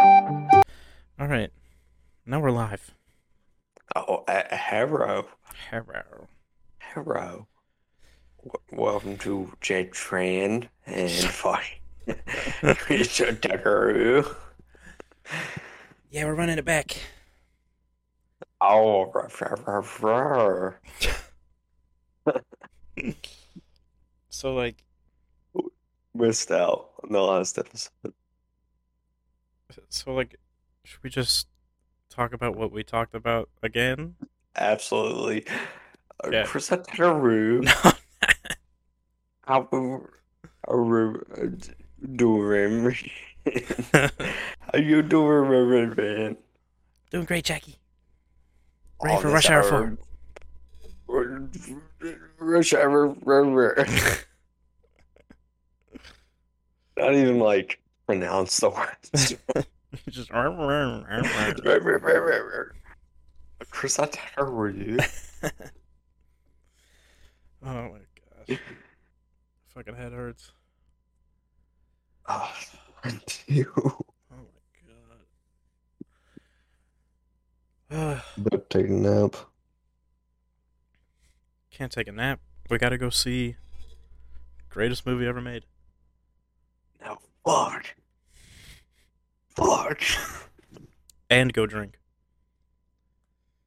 All right. Now we're live. Oh, uh, Harrow. Hello. Hello. W- welcome to Jet Tran and fucking Mr. Tuckaroo. Yeah, we're running it back. Oh, ruff, ruff, ruff, ruff. So like missed out on the last episode. so like should we just talk about what we talked about again? Absolutely. Uh, Yeah. Mr. Tuckaroo. No. How do remember? How you do remember, man? Doing great, Jackie. Ready Right for rush hour four. Rush hour four. Not even like pronounce the words. just oh All Chris, how tired were you? Oh my gosh. Fucking head hurts. Oh, you. Oh my god. Ugh, About to take a nap. can't take a nap. We gotta go see greatest movie ever made. No, fuck. Fuck. And go drink.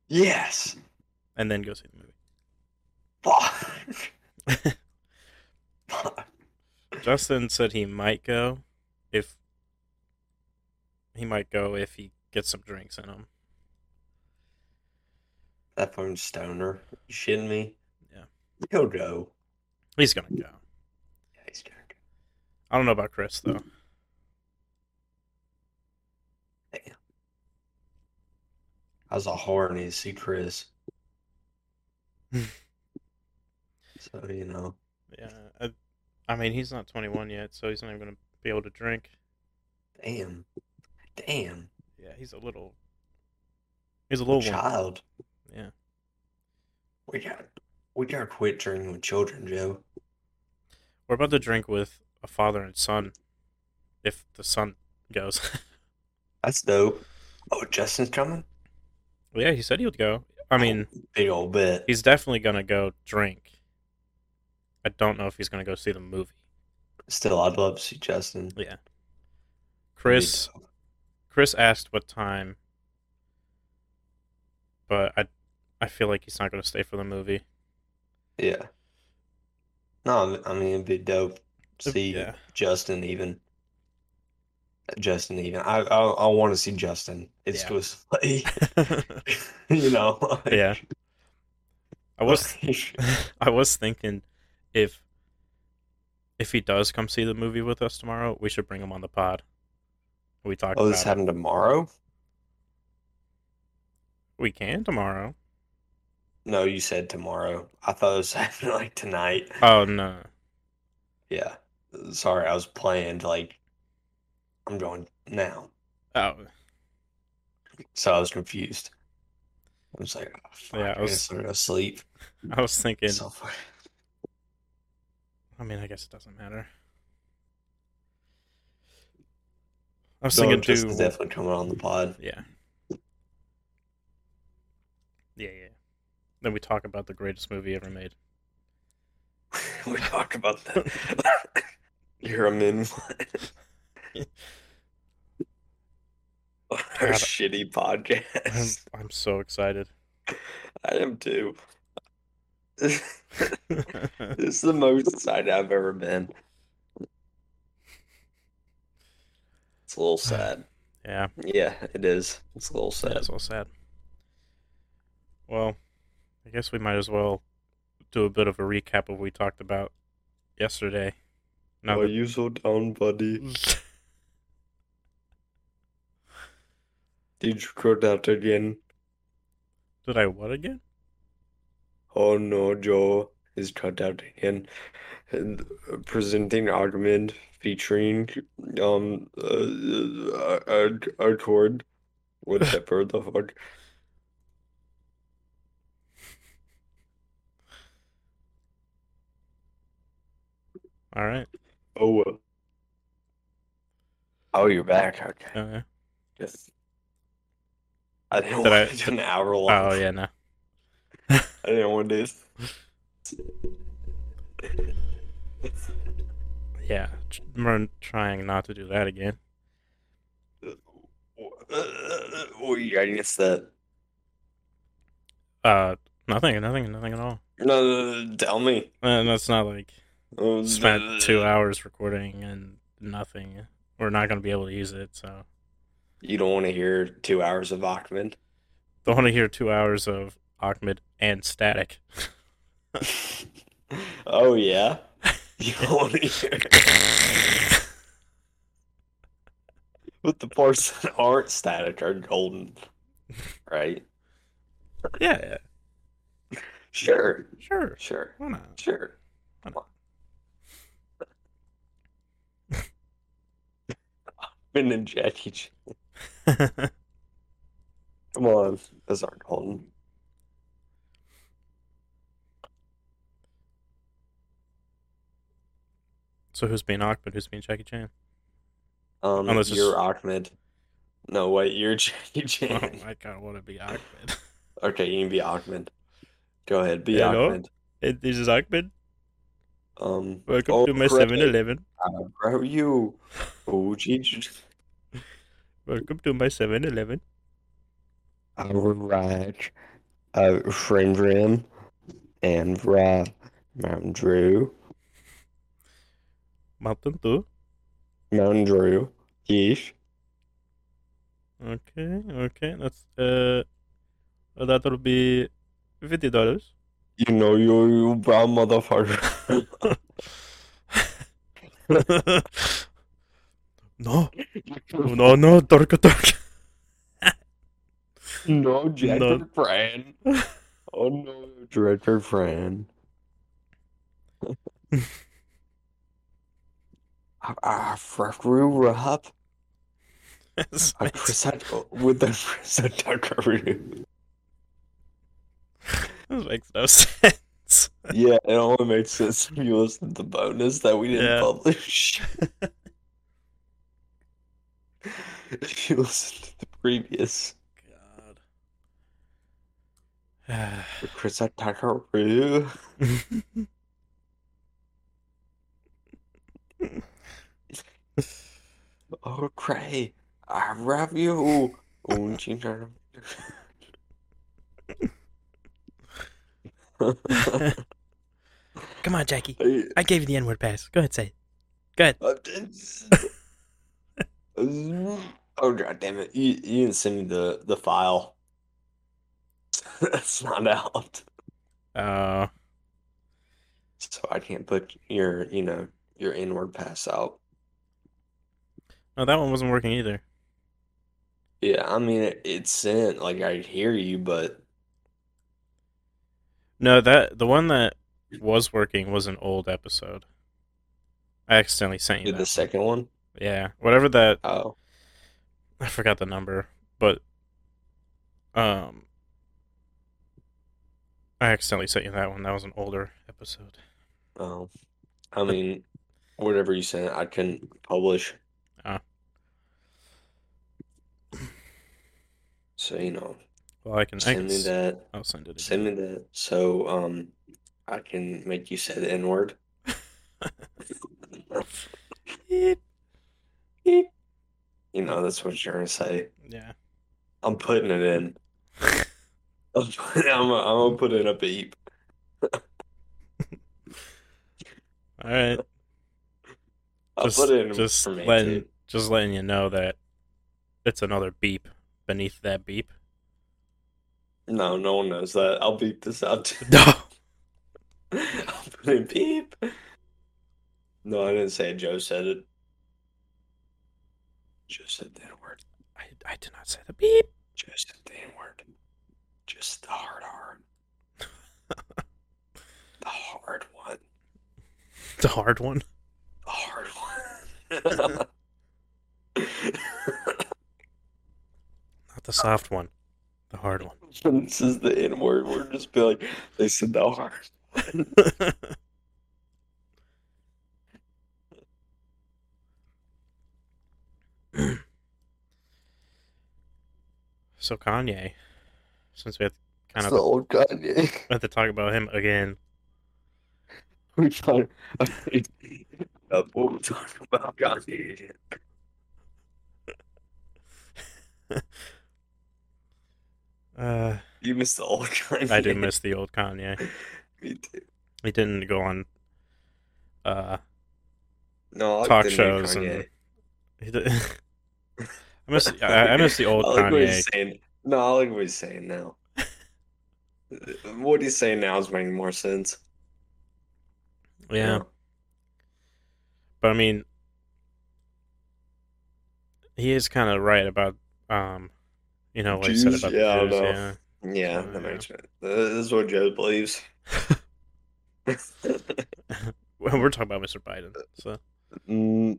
Yes. And then go see the movie. Fuck. Fuck. Justin said he might go if he might go if he gets some drinks in him. That phone stoner. You shitting me? Yeah. He'll go. He's gonna go. Yeah, he's gonna go. I don't know about Chris though. I was a horny to see Chris. so you know, Yeah, I, I mean he's not 21 yet, so he's not even gonna be able to drink. damn, damn, Yeah, he's a little. He's a little one. child. Yeah. We got we gotta quit drinking with children, Joe. We're about to drink with a father and son, if the son goes. That's dope. Oh, Justin's coming. well, yeah, he said he would go. I mean, Big old bit. he's definitely gonna go drink. I don't know if he's gonna go see the movie. Still, I'd love to see Justin. That'd be Yeah. Chris dope. Chris asked what time, but I I feel like he's not gonna stay for the movie. Yeah. No, I mean it'd be dope to It'd- see yeah. Justin even. Justin even. I I, I want to see Justin Yeah. exclusively. I you know. oh, Yeah. was like- I was thinking if if he does come see the movie with us tomorrow, we should bring him on the pod. We talked Oh, about this it. happened tomorrow? we can tomorrow. No, you said tomorrow. I thought it was happening like tonight. Oh no. Yeah. Sorry, I was playing like I'm going now. Oh So I was confused. I was like, oh, fuck, Yeah, I I was- guess I'm gonna sleep. I was thinking So fuck. I mean I guess it doesn't matter. I was No, thinking Justin's do definitely coming on the pod. Yeah. Yeah, yeah. Then we talk about the greatest movie ever made. we talk about that. Here I'm in one. Our God. shitty I'm, podcast. I'm so excited. I am too. this yeah, is the most excited I've ever been. It's a little sad. Yeah, it is. It's a little sad. that's all sad. Well, I I guess we might as well do a bit of a recap of what we talked about yesterday. Now Why that- you so down, buddy? Did you go that again? Did I what again? Oh no, Joe is cut out again. And, uh, presenting argument featuring um uh, uh, uh, uh, accord whatever the fuck. All right. Oh well. Oh, you're back. Okay. Uh, Yes. I didn't Did want I- it an hour long. oh yeah, no. I didn't want this. Yeah, tr- we're trying not to do that again. Oh, yeah, I guess that. Uh, nothing, nothing, nothing at all. Uh, No, no, no, tell me. And that's not like Oh, spent two hours recording and nothing. We're not gonna be able to use it, so You don't want to hear two hours of Achman. don't want to hear two hours of Ahmed and static. Oh yeah. You don't want to hear but the parts that aren't static are golden. Right? yeah, yeah, Sure. sure, Sure. why not? Sure. Been in Jackie Chan. Come on. um, Those aren't golden. so who's being Ahmed? Who's being Jackie Chan? Um Unless it's- you're Ahmed. No, wait, you're Jackie Oh Chan. my god, I want to be Ahmed. Okay, you can be Ahmed. Go ahead, be Hello? Ahmed. Hey, this is Ahmed. Um, Welcome oh, to my great. 7-Eleven. How are you? Oh, gee. Welcome to my 7-Eleven. I would like a friend rim and Rob Mountain Drew. Mountain Dew. Mountain Drew. Yeesh. Okay, okay, that's uh, that'll be fifty dollars. You know you you brown motherfucker. no, no, no, dark, dark. no Director No. Fran. Oh no, Director Fran. I, I screw Rob. I present uh, with the present Tuckaroo. This makes no sense. Yeah, it only makes sense if you listen to the bonus that we didn't Yeah. publish. if you listen to the previous God. the present Tuckaroo. Oh cray. I love you. Oh, ginger. Oh, Come on, Jackie. I- I gave you the N-word pass. Go ahead, say it. Go ahead. Uh, it's- oh god damn it! You, you didn't send me the the file. That's not out, Uh, so I can't put your you know your inward pass out. no, that one wasn't working either. Yeah, I mean it, it's sent. Like I hear you, but No, that the one that was working was an old episode. I accidentally sent you did the that. second one? Yeah, whatever that Oh, I forgot the number, but um, I accidentally sent you that one. That was an older episode. oh. I mean, whatever you sent, I couldn't publish. Ah. So you know, Well, I can, I send can me s- that. I'll send it. Send Again. me that so um I can make you say the N word. You know, that's what you're gonna say. Yeah. I'm putting it in. I'm, putting- I'm, gonna- I'm gonna put in a beep. All right. I'll Just, put it in just for me letting, too. just letting you know that it's another beep beneath that beep. No, no one knows that. I'll beep this out. I'll put in beep. No, I didn't say it. Joe said it. Joe said the N word. I, I did not say the beep. Joe said the N word. Just the hard R. the hard one. The hard one. The hard one. Not the soft one. The hard one. this is the N word. We're just be like, they said the hard. so Kanye, since we have kind It's of the old Kanye. we have to talk about him again, we talk. Uh, what we talking about Kanye? uh, You missed the old Kanye. I do miss the old Kanye. Me too. He didn't go on. Uh, No, I like talk the new shows Kanye. and he did, I miss I, I miss the old I like what Kanye. he's saying. No, I like what he's saying now. what he's saying now is making more sense. yeah, but I mean, he is kind of right about um, you know what he said Jews? about Yeah, I don't the Jews. know. Yeah, Yeah, Yeah. that makes sense. This is what Joe believes. Well, we're talking about Mr. Biden. Uh, So Mm,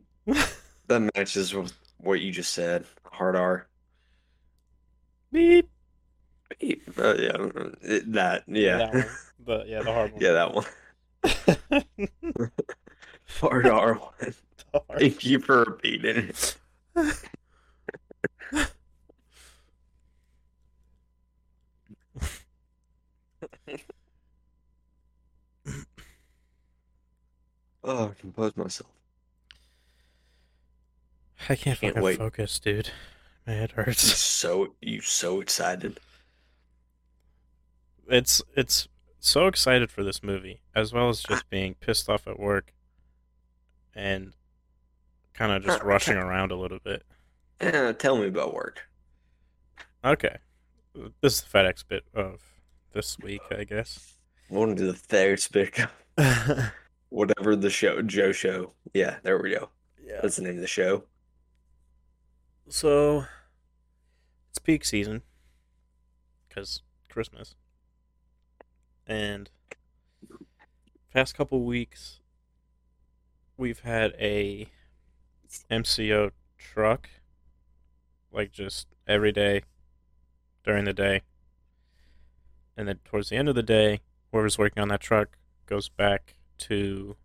that matches with what you just said. Hard R. beep. Uh, yeah, mm, it- that. Yeah, that one. the yeah the hard one. yeah, that one. Hard R one. The hard- Thank you for repeating. it. Oh, I composed myself. I can't Can't fucking wait. focus, dude. My head You hurts. so you so excited. It's it's so excited for this movie, as well as just being pissed off at work, and kind of just Huh, rushing around a little bit. Eh, tell me about work. Okay, this is the FedEx bit of this week, I guess. I want to do the Ferris pick. yeah, Whatever the show, Joe show. Yeah, there we go. That's the name of the show. So it's peak season because Christmas, and past couple weeks we've had a MCO truck, like just every day during the day, and then towards the end of the day, whoever's working on that truck goes back to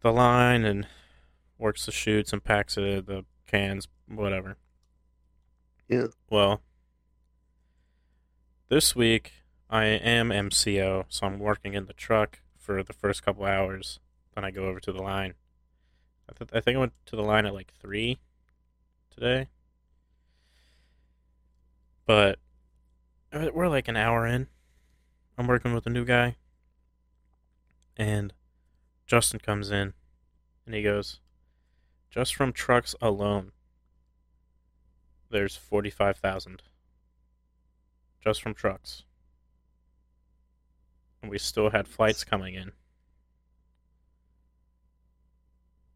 the line and works the shoots and packs the, the cans, whatever. Yeah. Well, this week I am MCO, so I'm working in the truck for the first couple hours. Then I go over to the line. I, th- I think I went to the line at like three today, but uh, we're like an hour in. I'm working with a new guy, and Justin comes in, and he goes, just from trucks alone, there's 45,000. Just from trucks. And we still had flights coming in.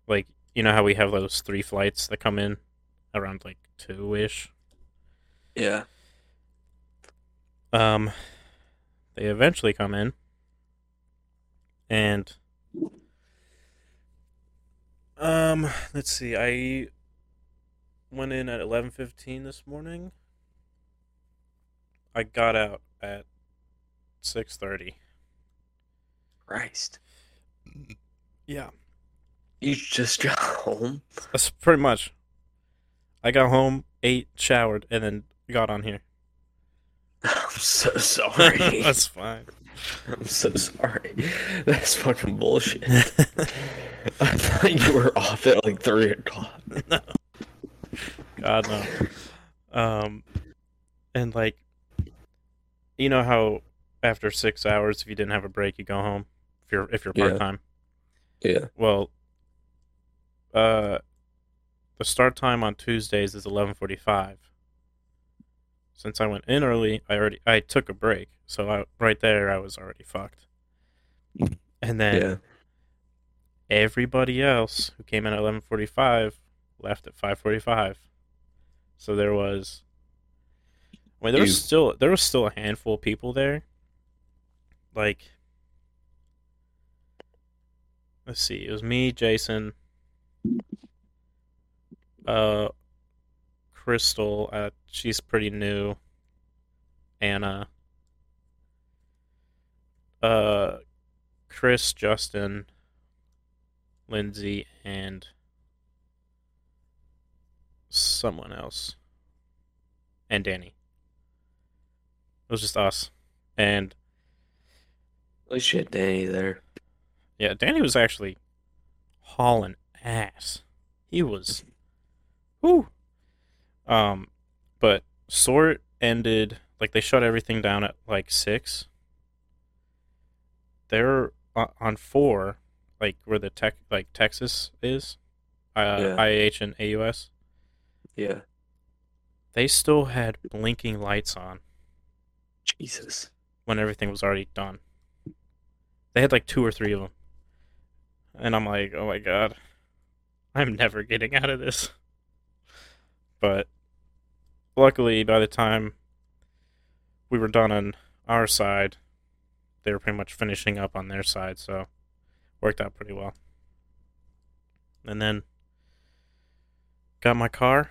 Like, you know how we have those three flights that come in around like 2 ish? Yeah. Um, they eventually come in, and um, let's see. I went in at eleven fifteen this morning. I got out at six thirty. Christ. Yeah, You just got home. that's pretty much. I got home, ate, showered, and then got on here. I'm so sorry. that's fine. I'm so sorry. That's fucking bullshit. I thought you were off at like three o'clock. God no. Um, and like, you know how after six hours, if you didn't have a break, you go home. If you're if you're Yeah. part time, Yeah. well, uh, the start time on Tuesdays is eleven forty five. since I went in early, I already I took a break, so I, right there I was already fucked. And then Yeah. everybody else who came in at 11:45 left at 5:45. So there was I mean there Ew. was still there was still a handful of people there. Like let's see, it was me, Jason, uh Crystal, uh she's pretty new. Anna uh Chris, Justin, Lindsay and someone else. And Danny. It was just us. And Holy shit, Danny there. yeah, Danny was actually hauling ass. He was whoo. Um but sort ended like they shut everything down at like six. They're o- on four, like where the tech like Texas is. Uh, Yeah. IAH and AUS. Yeah. They still had blinking lights on Jesus. when everything was already done. They had like two or three of them. And I'm like, oh my god, I'm never getting out of this. But luckily, by the time we were done on our side, they were pretty much finishing up on their side, so worked out pretty well. And then got my car,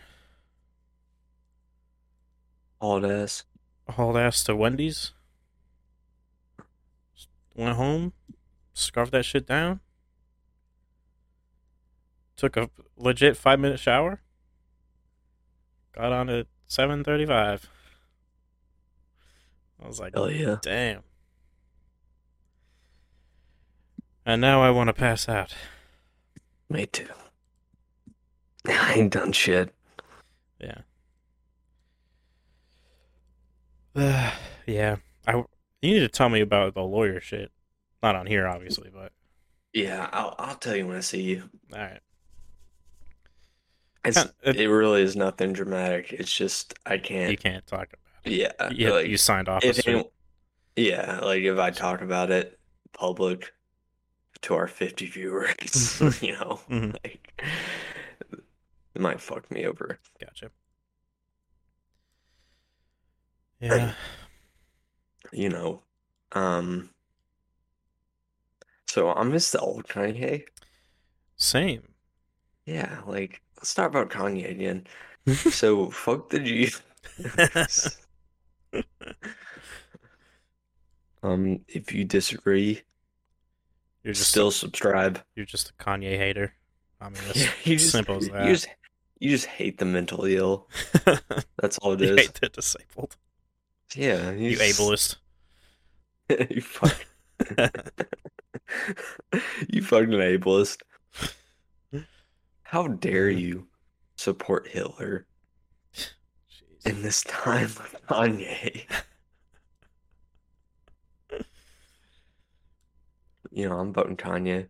All ass. hauled ass to Wendy's. Went home, scarfed that shit down. Took a legit five minute shower. Got on at seven thirty five. I was like, Hell yeah. damn. And now I want to pass out. Me too. I ain't done shit. Yeah. yeah. I you need to tell me about the lawyer shit. Not on here, obviously, but Yeah, I'll, I'll tell you when I see you. all right. It's, Kinda- it- it really is nothing dramatic. It's just I You can't. can't talk about it. Yeah, Yeah, like you signed off. if If anyone, yeah, like if I talk about it public to our 50 viewers, you know, Mhm. like it might fuck me over. Gotcha. Yeah. you know. Um, so I miss the old Kanye. Same. Yeah, like let's talk about Kanye again. So fuck the Jesus. Um, if you disagree, You're just still subscribe. you're just a Kanye hater. I mean, it's You just, simple as you that. just, you just hate the mentally ill. That's all it you is. hate the disabled. Yeah, you You just- ableist. you fuck. you fucking ableist. How dare Mm. you support Hitler Jeez. in this time of Kanye? You know, I'm voting Kanye.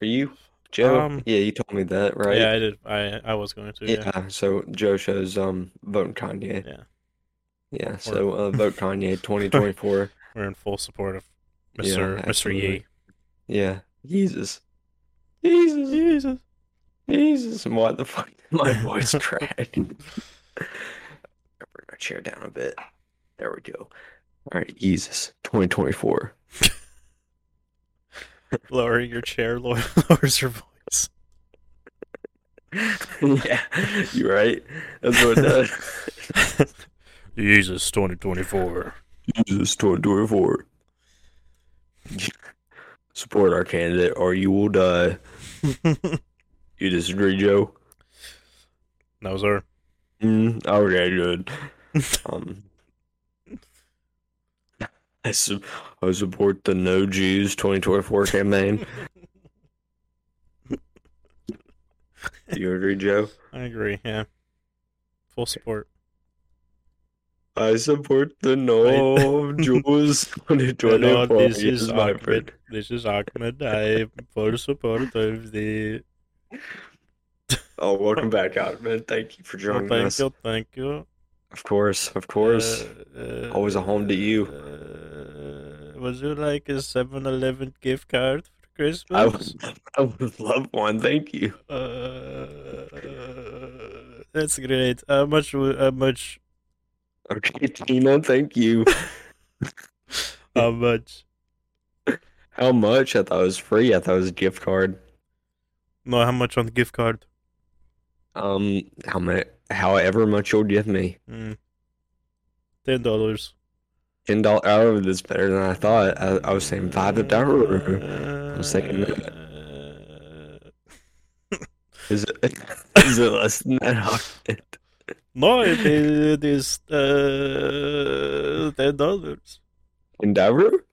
Are you, Joe? Um, yeah, you told me that, right? Yeah, I did. I I was going to. Yeah. Yeah, so Joe shows um voting Kanye. Yeah. Yeah, so uh, vote Kanye 2024. We're in full support of Yeah, Mr. Mr. Yee. absolutely. Yeah. Jesus. Jesus. Jesus. Jesus. And why the fuck did my voice crack? I bring my chair down a bit. There we go. All right, Jesus. 2024. Lowering your chair low- lowers your voice. yeah. You right? That's what it does. Jesus, 2024. Jesus 2024. Support our candidate or you will die. You disagree, Joe? no, sir. Mm-hmm. Mm, okay, good. Um, I, su- I support the No Jews 2024 campaign. Do you agree, Joe? I agree. Yeah. Full support. I support the No Jews 2024. Hello, this is my Ahmed. This is Ahmed. I full support of the Oh, welcome back, Ottoman. Thank you for Well, joining oh, thank us. you, thank you. Of course, of course. Uh, Always a home to you. uh, would you like a 7-Eleven gift card for I Christmas? would, I would love one. Thank you. Uh, that's great. How much? wo- How much? Okay, Tina, thank you. How much? How much? I thought it was free. I thought it was a gift card. No, how much on the gift card? Um, how much? However much you'll give me. Mm. Ten dollars. Ten dollars. Oh, that's better than I thought. I, I was saying five to dollar. I was thinking Is it? Is it less than that? Ottoman? No, it is, it is uh, ten dollars. Endeavor?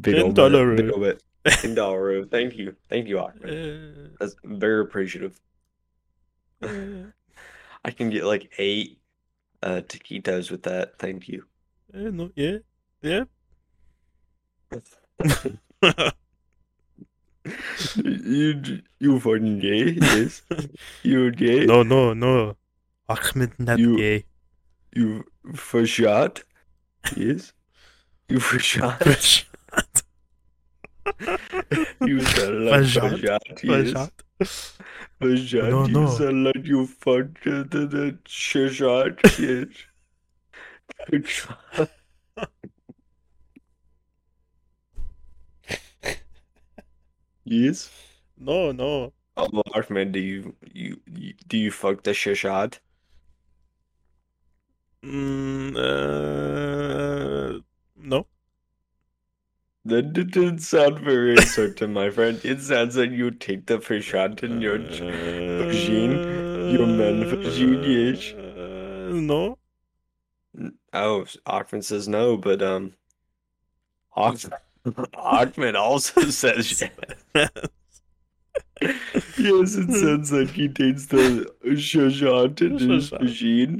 Big ol' bit, Endeavor. Big ol' bit. Endeavor. Thank you. Thank you, Ahmed. Uh, That's very appreciative. Mm-hmm. I can get like eight uh taquitos with that. Thank you. eh, no, yeah, yeah. you you fucking gay? Yes. you gay? no, no, no. Ahmed not You- gay. You for shot? Yes. You for shot? You sound like For shot? shot? Yes. Rashad. For shot? No, you no. sound like you fucked the the- the sh- shot? Yes. For shot. Yes. No, no. Um, Ahmed, do you, you you do you fuck the shishad? Mm, uh, no. That didn't sound very certain, my friend. It sounds like you take the fishad in your Uh, ch- vagine, your man vagine, yes. Uh, no. Oh, Ahmed says no, but um, Ahmed, Ahmed also says yes. Yes, it sounds like he takes the shishad in his Shishad.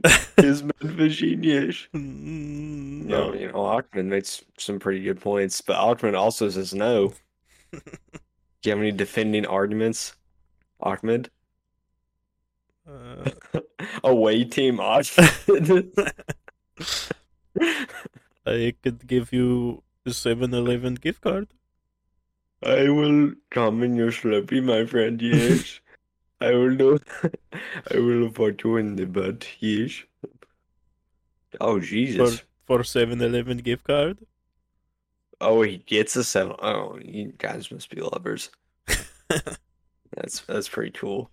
vagine, his man vagine, yes. Mm, No, no. you know, Ahmed makes some pretty good points, but Ahmed also says no. Do you have any defending arguments, Ahmed? Uh, Away team Ahmed. I could give you a 7-Eleven gift card. I will come in your sloppy, my friend, yes. I will do I will put you in the butt, yes. Oh Jesus. For 7-Eleven gift card. Oh he gets a seven. Oh, you guys must be lovers. That's that's pretty cool.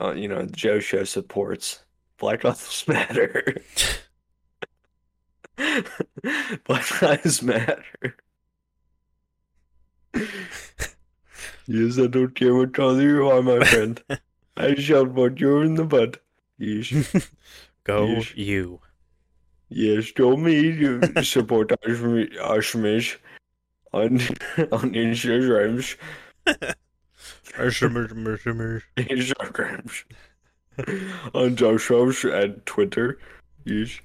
Uh, you know, Joe Show supports Black Lives Matter. Black Lives Matter. yes, I don't care what color you are, my friend. I shall put you in the butt. Yes, Go Yeesh. you. yes, show me you support Ashmi- Ashmish on on Instagrams. Instagrams. on ourselves and Twitter. Yes.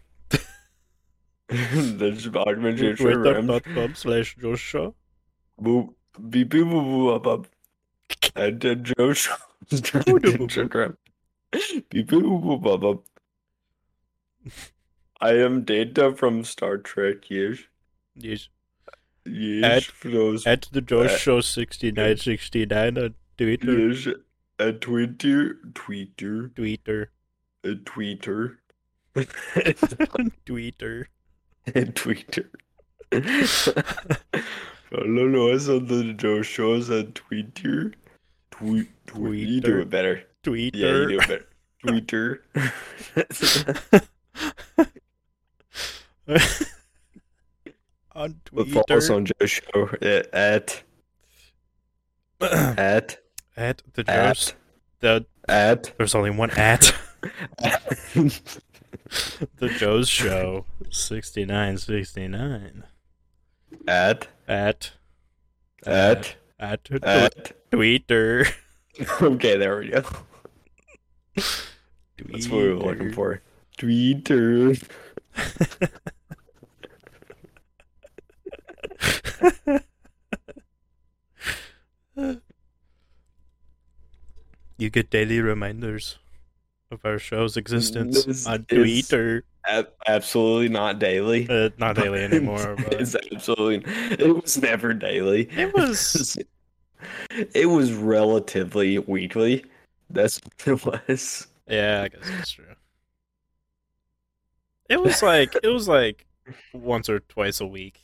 That's about my Instagram. Twitter.com slash Joshua. Boop, beep, beep, boop, boop, up, up. And then Joe Shaw's Instagram. Beep, beep, boop, boop, up, up. I am Data from Star Trek. Yes. Yes. Yes. At- for those At the Joshua 6969 on Twitter. yes. A Twitter. Twitter. Twitter. A Twitter. Twitter. and Twitter. Follow us on the Joe Shows on Twitter. Tweet, tweet. You do Twitter. it better. Yeah, you Twitter. do it better. Twitter. on but follow us Twitter. on Joe Show at at at at the Josh. at The, at there's only one at the Joe's Show 6969. at At at at tw- at. Twitter. Okay, there we go. That's what we were looking for. Twitter. You you get daily reminders of our show's existence This on is- Twitter. A- absolutely not daily. Uh, not daily anymore. But it's absolutely. It was never daily. It was- It was relatively weekly. That's what it was. yeah, I guess that's true. It was like it was like once or twice a week,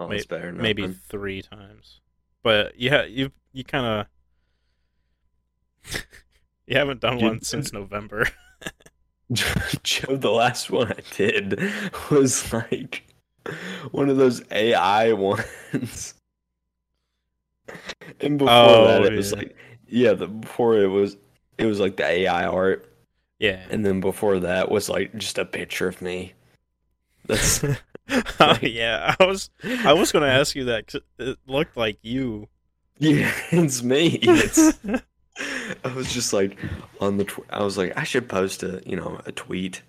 Oh, May- it's better than maybe nothing. three times. But yeah, you you kind of you haven't done You- one since November. Joe, the last one I did was like one of those AI ones. And before Oh, that, it was yeah. like yeah. The before it was it was like the AI art, Yeah. and then before that was like just a picture of me. That's oh yeah, I was I was gonna ask you that. 'cause it looked like you. yeah, it's me. It's, I was just like on the. Tw- I was like, I should post a you know a tweet,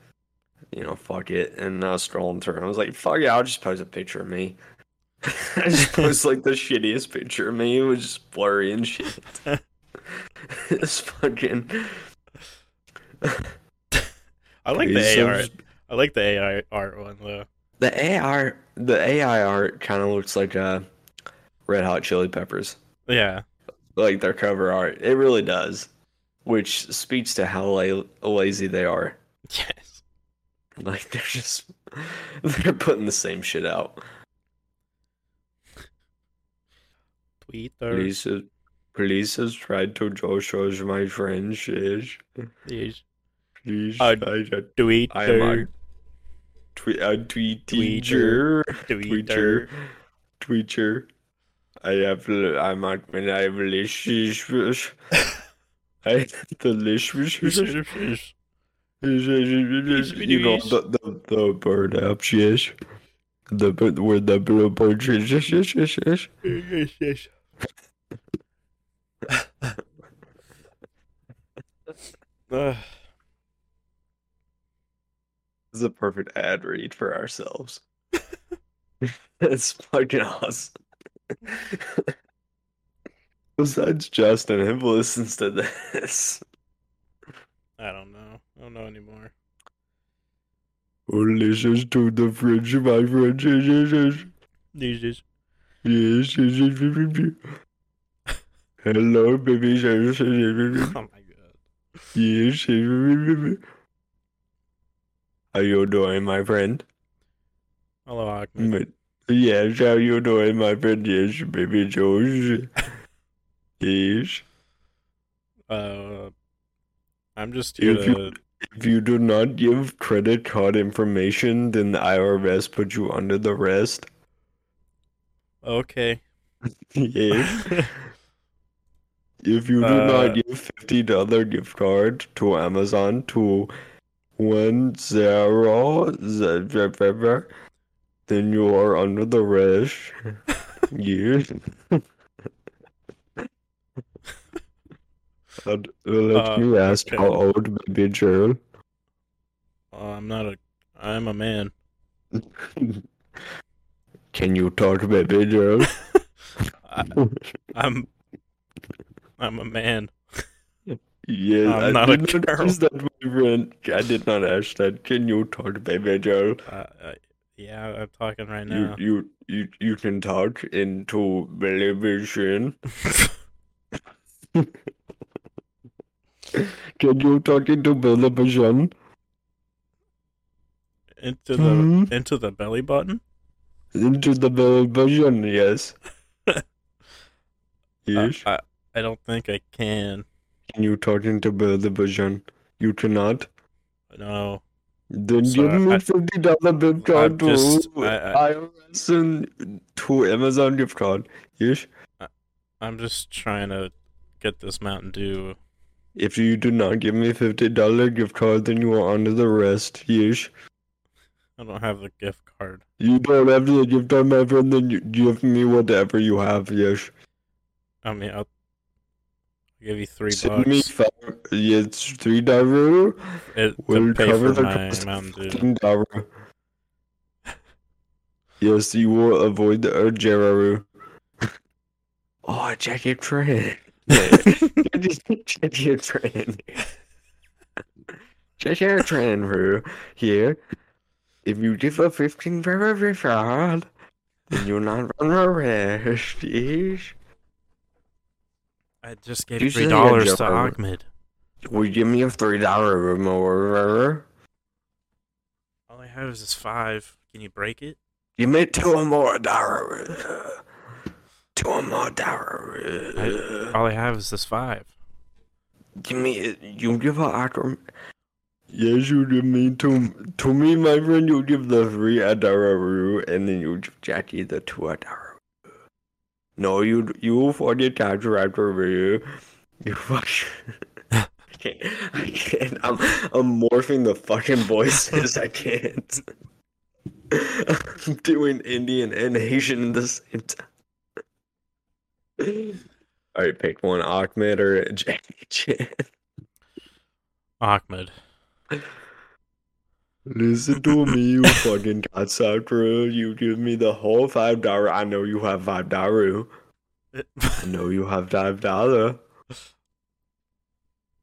you know, fuck it. And I was scrolling through, and I was like, fuck it, I'll just post a picture of me. I just post like the shittiest picture of me. It was just blurry and shit. it's fucking. I like the It's so- AI art. I like the AI art one though. The AI, the AI art kind of looks like uh, Red Hot Chili Peppers. Yeah, like their cover art. It really does, which speaks to how la- lazy they are. yes. Like they're just they're putting the same shit out. Twitter. Police, has- police has tried uh, to Joshua's my friend. Shish. Yes. Please, Uh, I, I, I am a Twitter. tweet a tweet Tweeter. teacher. Twitter. Tweeter. I have l- I'm not when I have lishes. I the lishes. You know Yes. the the, the bird app, yes. The bird where the blue bird yes, yes, yes, yes, yes. Yes, yes. Ugh. This is a perfect ad read for ourselves. That's fucking awesome. Besides Justin, who listens to this? I don't know. I don't know anymore. Who listens to the French, my French? Yes, yes, yes. Yes, yes. Yes, yes, yes, yes, yes, yes. Hello, baby. Yes, yes, yes, yes. Oh my god. Yes. How you doing, my friend? Hello, Ahmed. But- Yes, how you doing, my friend? Yes, baby George. Yes. Uh, I'm just here Mm. If to. you, if you do not give credit card information, then the IRS put you under the rest. Okay. Yes. If you do Uh, not give fifty dollar gift card to Amazon to one zero z- z- z- z- then you are under the rush. Yes. And, uh, let Uh, me ask okay. how old baby Gerald. Uh, I'm not a. I'm a man. Can you talk, baby Gerald? I, I'm. I'm a man. Yes, I'm I not a did not girl. ask that, my friend. I did not ask that. Can you talk, baby Gerald? Uh, uh, yeah, I'm talking right You now. you you you can talk into television. Can you talk into television? into the Hmm? into the belly button. Into the television, yes. Uh, yes. I I don't think I can. Can you talk into television? You cannot. No. Then So give me I- fifty dollar gift I'm card to just- I- I- IRS and to Amazon gift card. Yes. I'm just trying to get this Mountain Dew. If you do not give me fifty dollar gift card, then you are under the rest. Yes. I don't have the gift card. You don't have to give them everything. Then you give me whatever you have. Yes. I mean, I'll give you three Send bucks me five. Yes, three dollar. it, to We'll pay cover for the my cost of Mountain Dew. Fucking dollar. Yes, uh, you will avoid the Ojeraru. Oh, Jacket Trent. Cheshire Trend. Cheshire Trend here. If you give a 15 for every fraud, then you're not under arrest. Yes. I just gave You three shouldn't dollars get to Joe. Ahmed. Will you give me a $3 remover? All I have is this five. Can you break it? You meant two or more dollars. Two or more dollars. I, all I have is this five. Give me, you give a Akram. Yes, you give me to to me, my friend. You give the three Adararu, and then you give Jackie the two Adararu. No, you you for the Adararu. You fuck. I can't. I can't. I'm I'm morphing the fucking voices. I can't. I'm doing Indian and Asian at the same time. All right, pick one, Ahmed or Jackie Chan. Ahmed. Listen to me, you fucking cocksucker. You give me the whole five dollar. I know you have five dollar. I know you have five dollar.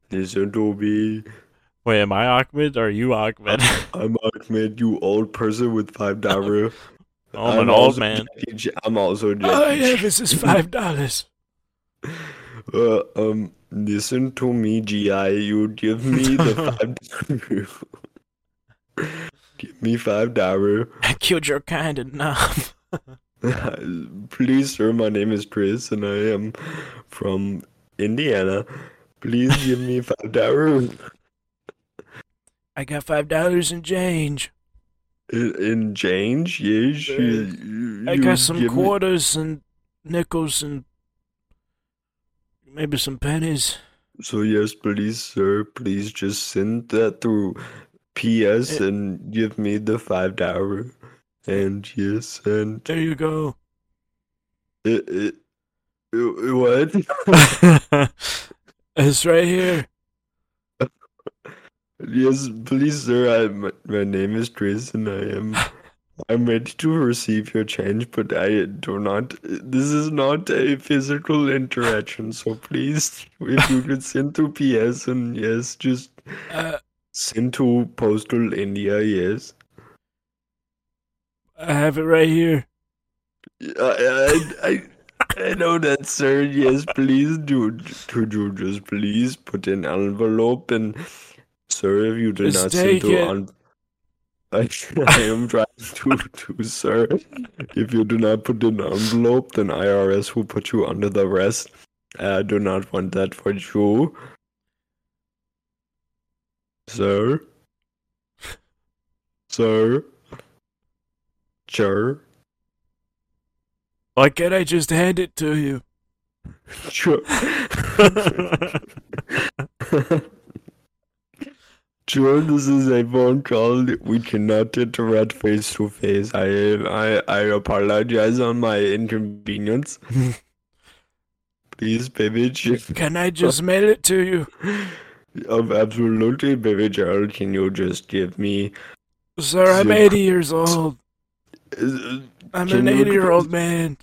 Listen to me. Wait, am I Ahmed? Or are you Ahmed? I'm Ahmed, you old person with five dollar. I'm an old man. I'm also All I Jackie have is this five dollars. Uh, um, listen to me, GI. You give me the five dollar. give me five dollar. I killed your kind enough. Please, sir, my name is Chris and I am from Indiana. Please give me five dollars. I got five dollars in change. In in change, yes. you- you- I you got some give me- quarters and nickels and maybe some pennies. So, yes, please, sir, please just send that through PS Eh. and give me the five dollar. And yes, and There you go. it, it, it, what? it's right here. Yes, please, sir. I, my, my name is Chris, and I am I'm ready to receive your change, but I do not. This is not a physical interaction, so please, if you could send to PS and yes, just Uh, send to Postal India. Yes, I have it right here. I I I, I know that, sir. Yes, please do. Could you just please put an envelope and, sir, if you do Just not send take to it. en- I, I am trying to, to, sir. If you do not put an envelope, then IRS will put you under the arrest. I do not want that for you, sir. Sir, sure, Why can't I just hand it to you? sure. Sure, this is a phone call. We cannot interact face to face. I, I, I apologize on my inconvenience. Please, baby. ch- Can I just mail it to you? Um, absolutely, baby Gerald. Can you just give me? Sir, I'm Zip. 80 years old. uh, I'm Can an you 80 year old man.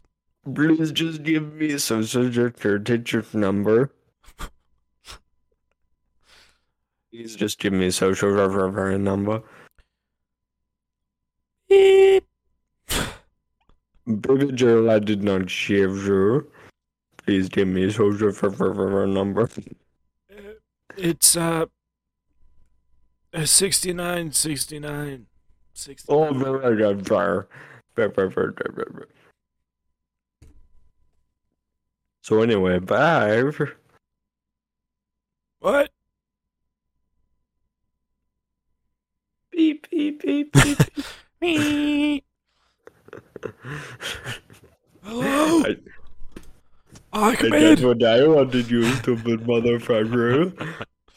Please just give me some sort of your digit number. Please just give me social reference number. Beep. Baby Gerald, I did not give you. Please give me social reference number. It's, uh, uh, 69, 69, 69. Oh, very good, fire. Very, very, very, very, very, very. So anyway, bye. What? Beep, beep, beep, beep. Me. Hello, I, I did Ahmed. what I wanted, you stupid motherfucker.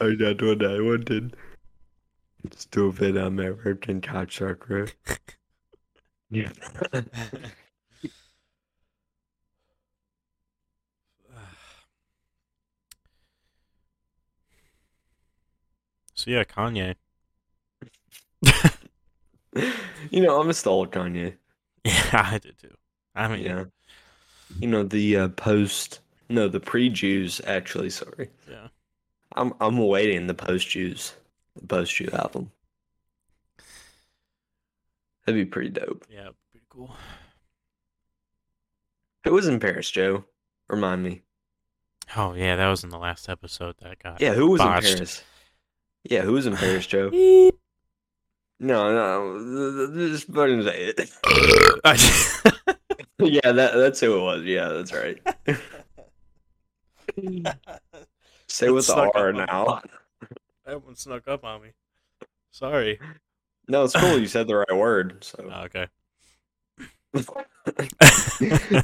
I did what I wanted. Stupid American cocksucker. Yeah. So yeah, Kanye. you know, I'm still Kanye. Yeah, I did too. I mean, Yeah. You know, the uh, post No, the pre-Jews actually. Sorry, Yeah. I'm I'm awaiting the post-Jews, the post-Jew album. That'd be pretty dope. Yeah, pretty cool. It was in Paris, Joe. Remind me. Oh yeah, that was in the last episode that got. Yeah, who was botched. in Paris? Yeah, who was in Paris, Joe? No, no, th- th- just fucking say it. yeah, that that's who it was. Yeah, that's right. Say It with the snuck up R on me. now. that one snuck up on me. Sorry. No, it's cool. You said the right word. So Oh, Okay.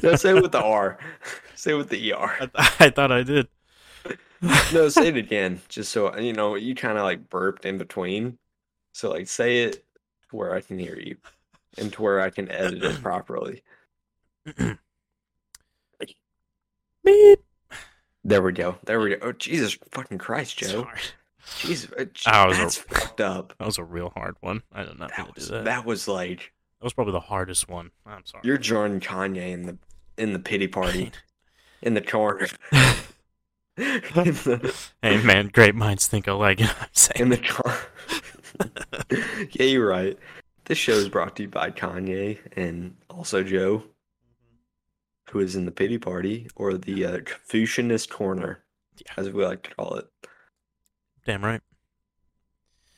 no, say it with the R. Say it with the ER. I, th- I thought I did. No, say it again, just so you know. You kind of like burped in between, so like say it to where I can hear you, and to where I can edit it properly. There we go. There we go. Oh Jesus fucking Christ, Joe. Sorry. Jesus, uh, j- I was a- that's fucked up. That was a real hard one. I did not mean That to do was that. that. was like That was probably the hardest one. I'm sorry. you're joining Kanye in the in the pity party in the corner. in the, hey man, great minds think alike. you know what I'm saying. in the cor- yeah, you're right. This show is brought to you by Kanye and also Joe, who is in the pity party or the uh, Confucianist corner, Yeah. as we like to call it. Damn right.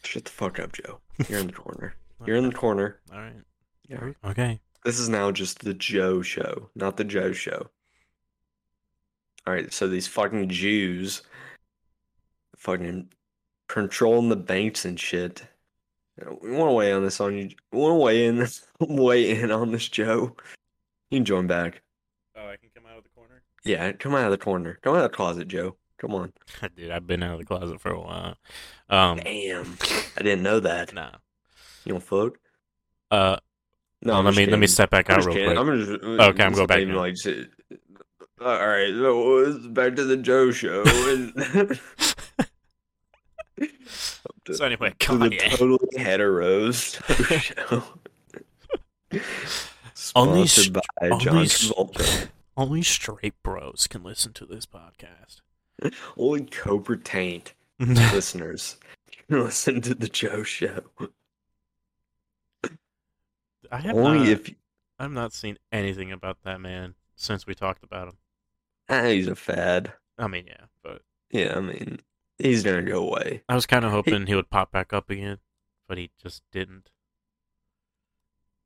Shut the fuck up, Joe. You're in the corner. You're in the corner. All right. Yeah. Okay. This is now just the Joe show, not the Joe show. All right, so these fucking Jews fucking controlling the banks and shit. Uh, We want to weigh on this on you. We want to weigh in, weigh in on this, Joe. You can join back. Oh, I can come out of the corner. Yeah, come out of the corner. Come out of the closet, Joe. Come on. Dude, I've been out of the closet for a while. Um, Damn, I didn't know that. nah. You don't fuck? Uh, No, I'm let me just let me kidding. step back I'm out just real kidding. quick. Oh, I'm just, uh, Okay, I'm just going back leaving, now. Like, si- all right, so it's back to the Joe show. And Up to- So anyway, to the Kanye. totally heteros show. Only Sponsored by only John s- Travolta. Only straight bros can listen to this podcast. Only Cobra Taint listeners can listen to the Joe show. I have Only not, if I've not seen anything about that man since we talked about him. ah, he's a fad. I mean, yeah, but Yeah, I mean, he's gonna go away. I was kind of hoping he would pop back up again, but he just didn't.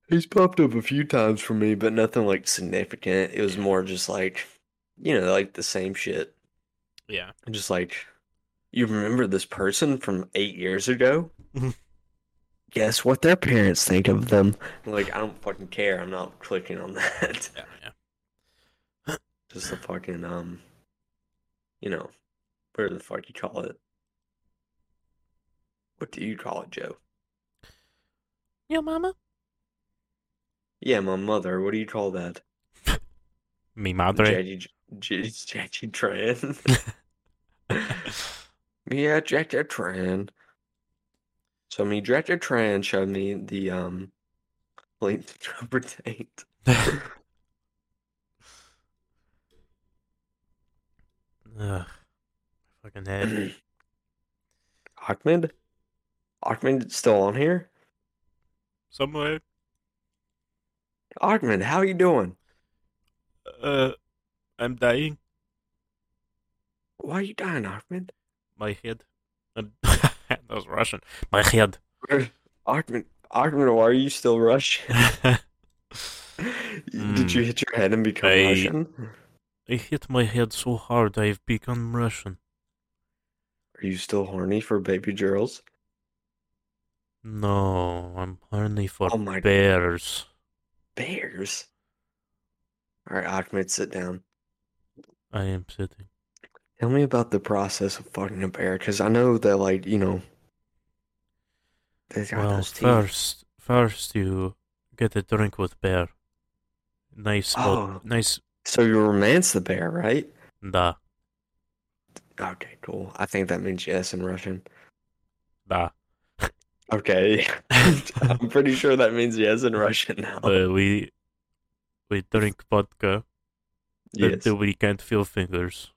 He's popped up a few times for me, but nothing like significant. It was more just like, you know, like the same shit. Yeah. Just like, you remember this person from eight years ago? Guess what their parents think of them? Like, I don't fucking care. I'm not clicking on that. Yeah. yeah. Just the fucking, um, you know, whatever the fuck you call it. What do you call it, Joe? Yo, mama. Yeah, my mother. What do you call that? Me The madre. Jackie, J- Jackie Tran. Yeah, Jack the Tran. So me, Jack the Tran showed me the um link to Trevor Tate. Ugh. Fucking head. Ahmed? Ahmed still on here? Somewhere. Ahmed, how you doing? Uh, I'm dying. Why are you dying, Ahmed? My head. I'm- that was Russian. My head. Ahmed, Ahmed, why are you still Russian? I Did you Mm. hit your head and become I- Russian? hit my head so hard I've become Russian. Are you still horny for baby girls? No, I'm only for Oh my- bears. Bears? All right, Ahmed, sit down. I am sitting. Tell me about the process of fucking a bear, because I know that, like, you know, they got well, those teeth. first, first you get a drink with bear. Nice, Oh. vo- nice. So you romance the bear, right? Da, Okay, cool. I think that means yes in Russian. da. Okay. I'm pretty sure Oh. that means yes in Russian now. Uh, we we drink vodka the, Yes. the weekend feel fingers.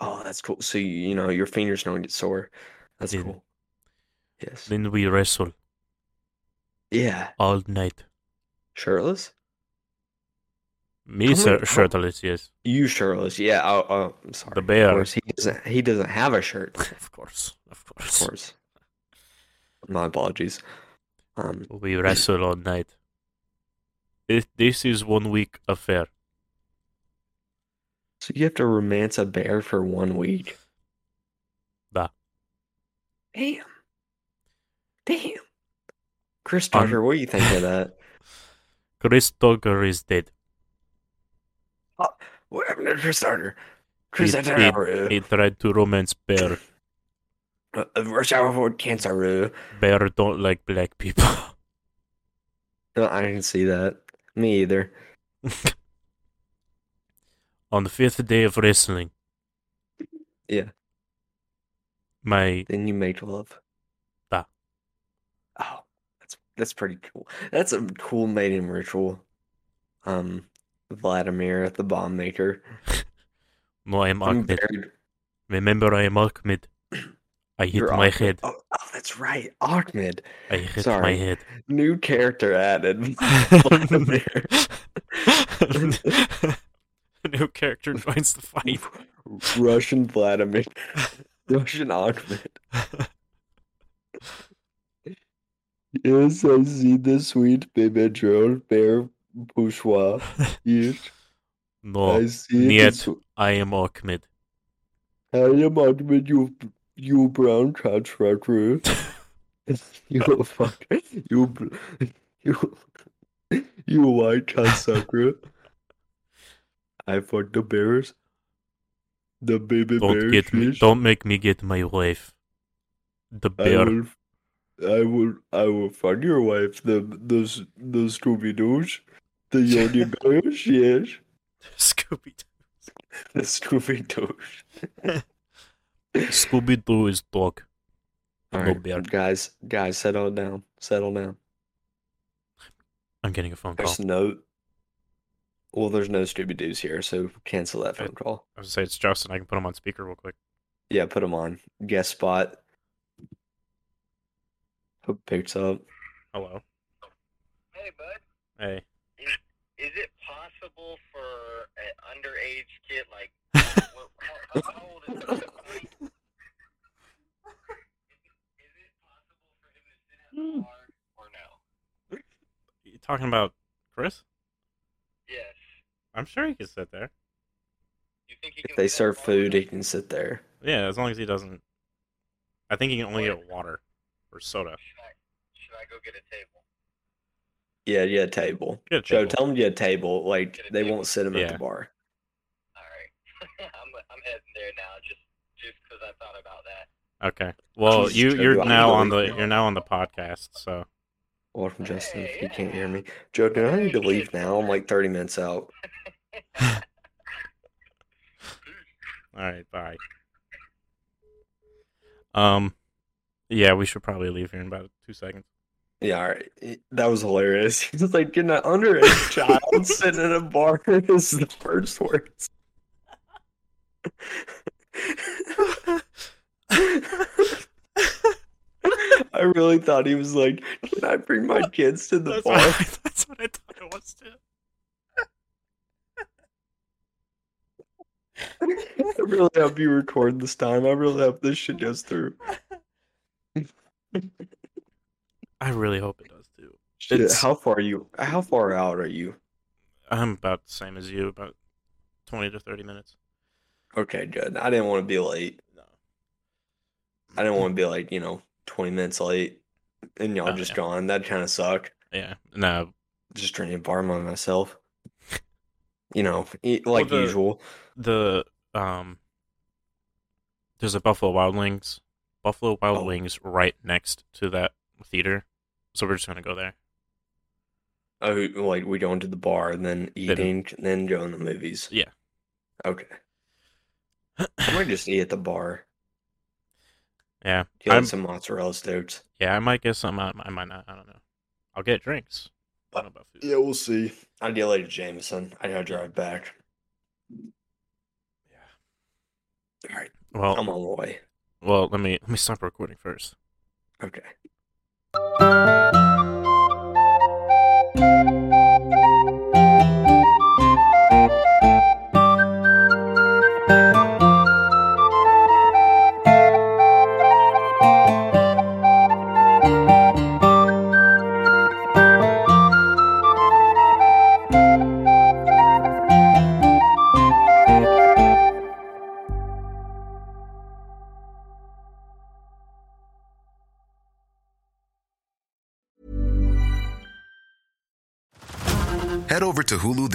Oh, that's cool. So you, you know your fingers don't get sore. That's Yeah. cool. Yes. Then we wrestle Yeah. all night. Shirtless? Me, How sir, many- how- shirtless, yes. You shirtless? Yeah. Oh, oh I'm sorry. The bear. Of course, he doesn't. He doesn't have a shirt. Of course, of Of course. course. My apologies. Um. We wrestle all night. This, this is one week affair. So you have to romance a bear for one week. Bah. Damn. Damn. Chris Um, Tucker, what do you think of that? Chris Tucker is dead. What happened to Chris Tucker? Chris It- Tucker. He tried to romance bear. uh, uh, Rush hour for cancer. uh. Bear don't like black people. No, I didn't see that. Me either. on the fifth day of wrestling. Yeah. My Then you make love. Bah. Oh, that's that's pretty cool. That's a cool mating ritual. Um, Vladimir, the bomb maker. no, I'm I'm Ahmed. buried- Remember, I am Ahmed. I hit You're my Ahmed. head. Oh, oh, that's right, Ahmed. I hit my sorry. head. New character added. Vladimir. A new character joins the fight. Russian Vladimir. Russian Ahmed. Yes, I see the sweet baby girl, bear bourgeois. Yes, No, see Oh, niet. sw- I am Ahmed. I am out with you, you brown contractor. you fuck, you, bl- you, you white contractor. I fuck the bears, the baby Don't bear get me. fish. Don't make me get my wife. The I bear. will, I will, I will fuck your wife. The the s- the Scooby Doo's, the Yoni Bears, yes, Scooby the Scooby Doo's. Scooby Doo is dog. All No right, bear. guys, guys, settle down, settle down. I'm getting a phone call. Oh. There's no. Well, there's no Scooby Doo's here, so cancel Eh. that phone call. I was gonna say it's Justin. I can put him on speaker real quick. Yeah, put them on guest spot. Hope picks up. Hello. Hey, bud, Hey. is it possible for an underage kid, like, what, how, how old is he? Is it, is it possible for him to sit at the bar or no? You talking about Chris? Yes. I'm sure he can sit there. You think he If can they sit at serve the bar or food, no? he can sit there. Yeah, as long as he doesn't. I think he can only get water or soda. Should I, should I go get a table? Yeah, yeah, table. Get a Joe, table. tell them you had table. Like Get a they table. won't sit him at Yeah. the bar. All right. I'm, I'm heading there now, just just 'cause I thought about that. Okay. Well, Jesus, you Joe, you're do I now on the believe you? you're now on the podcast, so Welcome, Justin. Hey, If you can't hear yeah. me, Joe, do I need to Hey, leave kid. now? I'm like 30 minutes out. all right, bye. Um, yeah, we should probably leave here in about two seconds. Yeah, all right. It- That was hilarious. He's like, getting an underage child sitting in a bar is the first words. I really thought he was like, can I bring my kids to the bar? that's what I thought it was too. I really hope you record this time. I really hope this shit goes through. I really hope it does too. Shit, It's- how far are you? How far out are you? I'm about the same as you, about twenty to thirty minutes. Okay, good. I didn't want to be late. No. I didn't want to be like, you know, 20 minutes late and y'all Oh, just yeah. gone. That'd kind of suck. Yeah. No. Just drinking a bar by myself. You know, e- like the- usual. The um. There's a Buffalo Wild Wings. Buffalo Wild Oh. Wings right next to that theater, so we're just gonna go there. Oh, like we go into the bar and then eating, then go in the movies. Yeah. Okay. I might just eat at the bar. yeah. Get like, I'm- some mozzarella sticks. Yeah, I might get some. I, I might not. I don't know. I'll get drinks. I don't know about food. we'll see. I'd get like a Jameson. I gotta drive back. All right, Well, I'm on the way. well, let me let me stop recording first. Okay. Head over to Hulu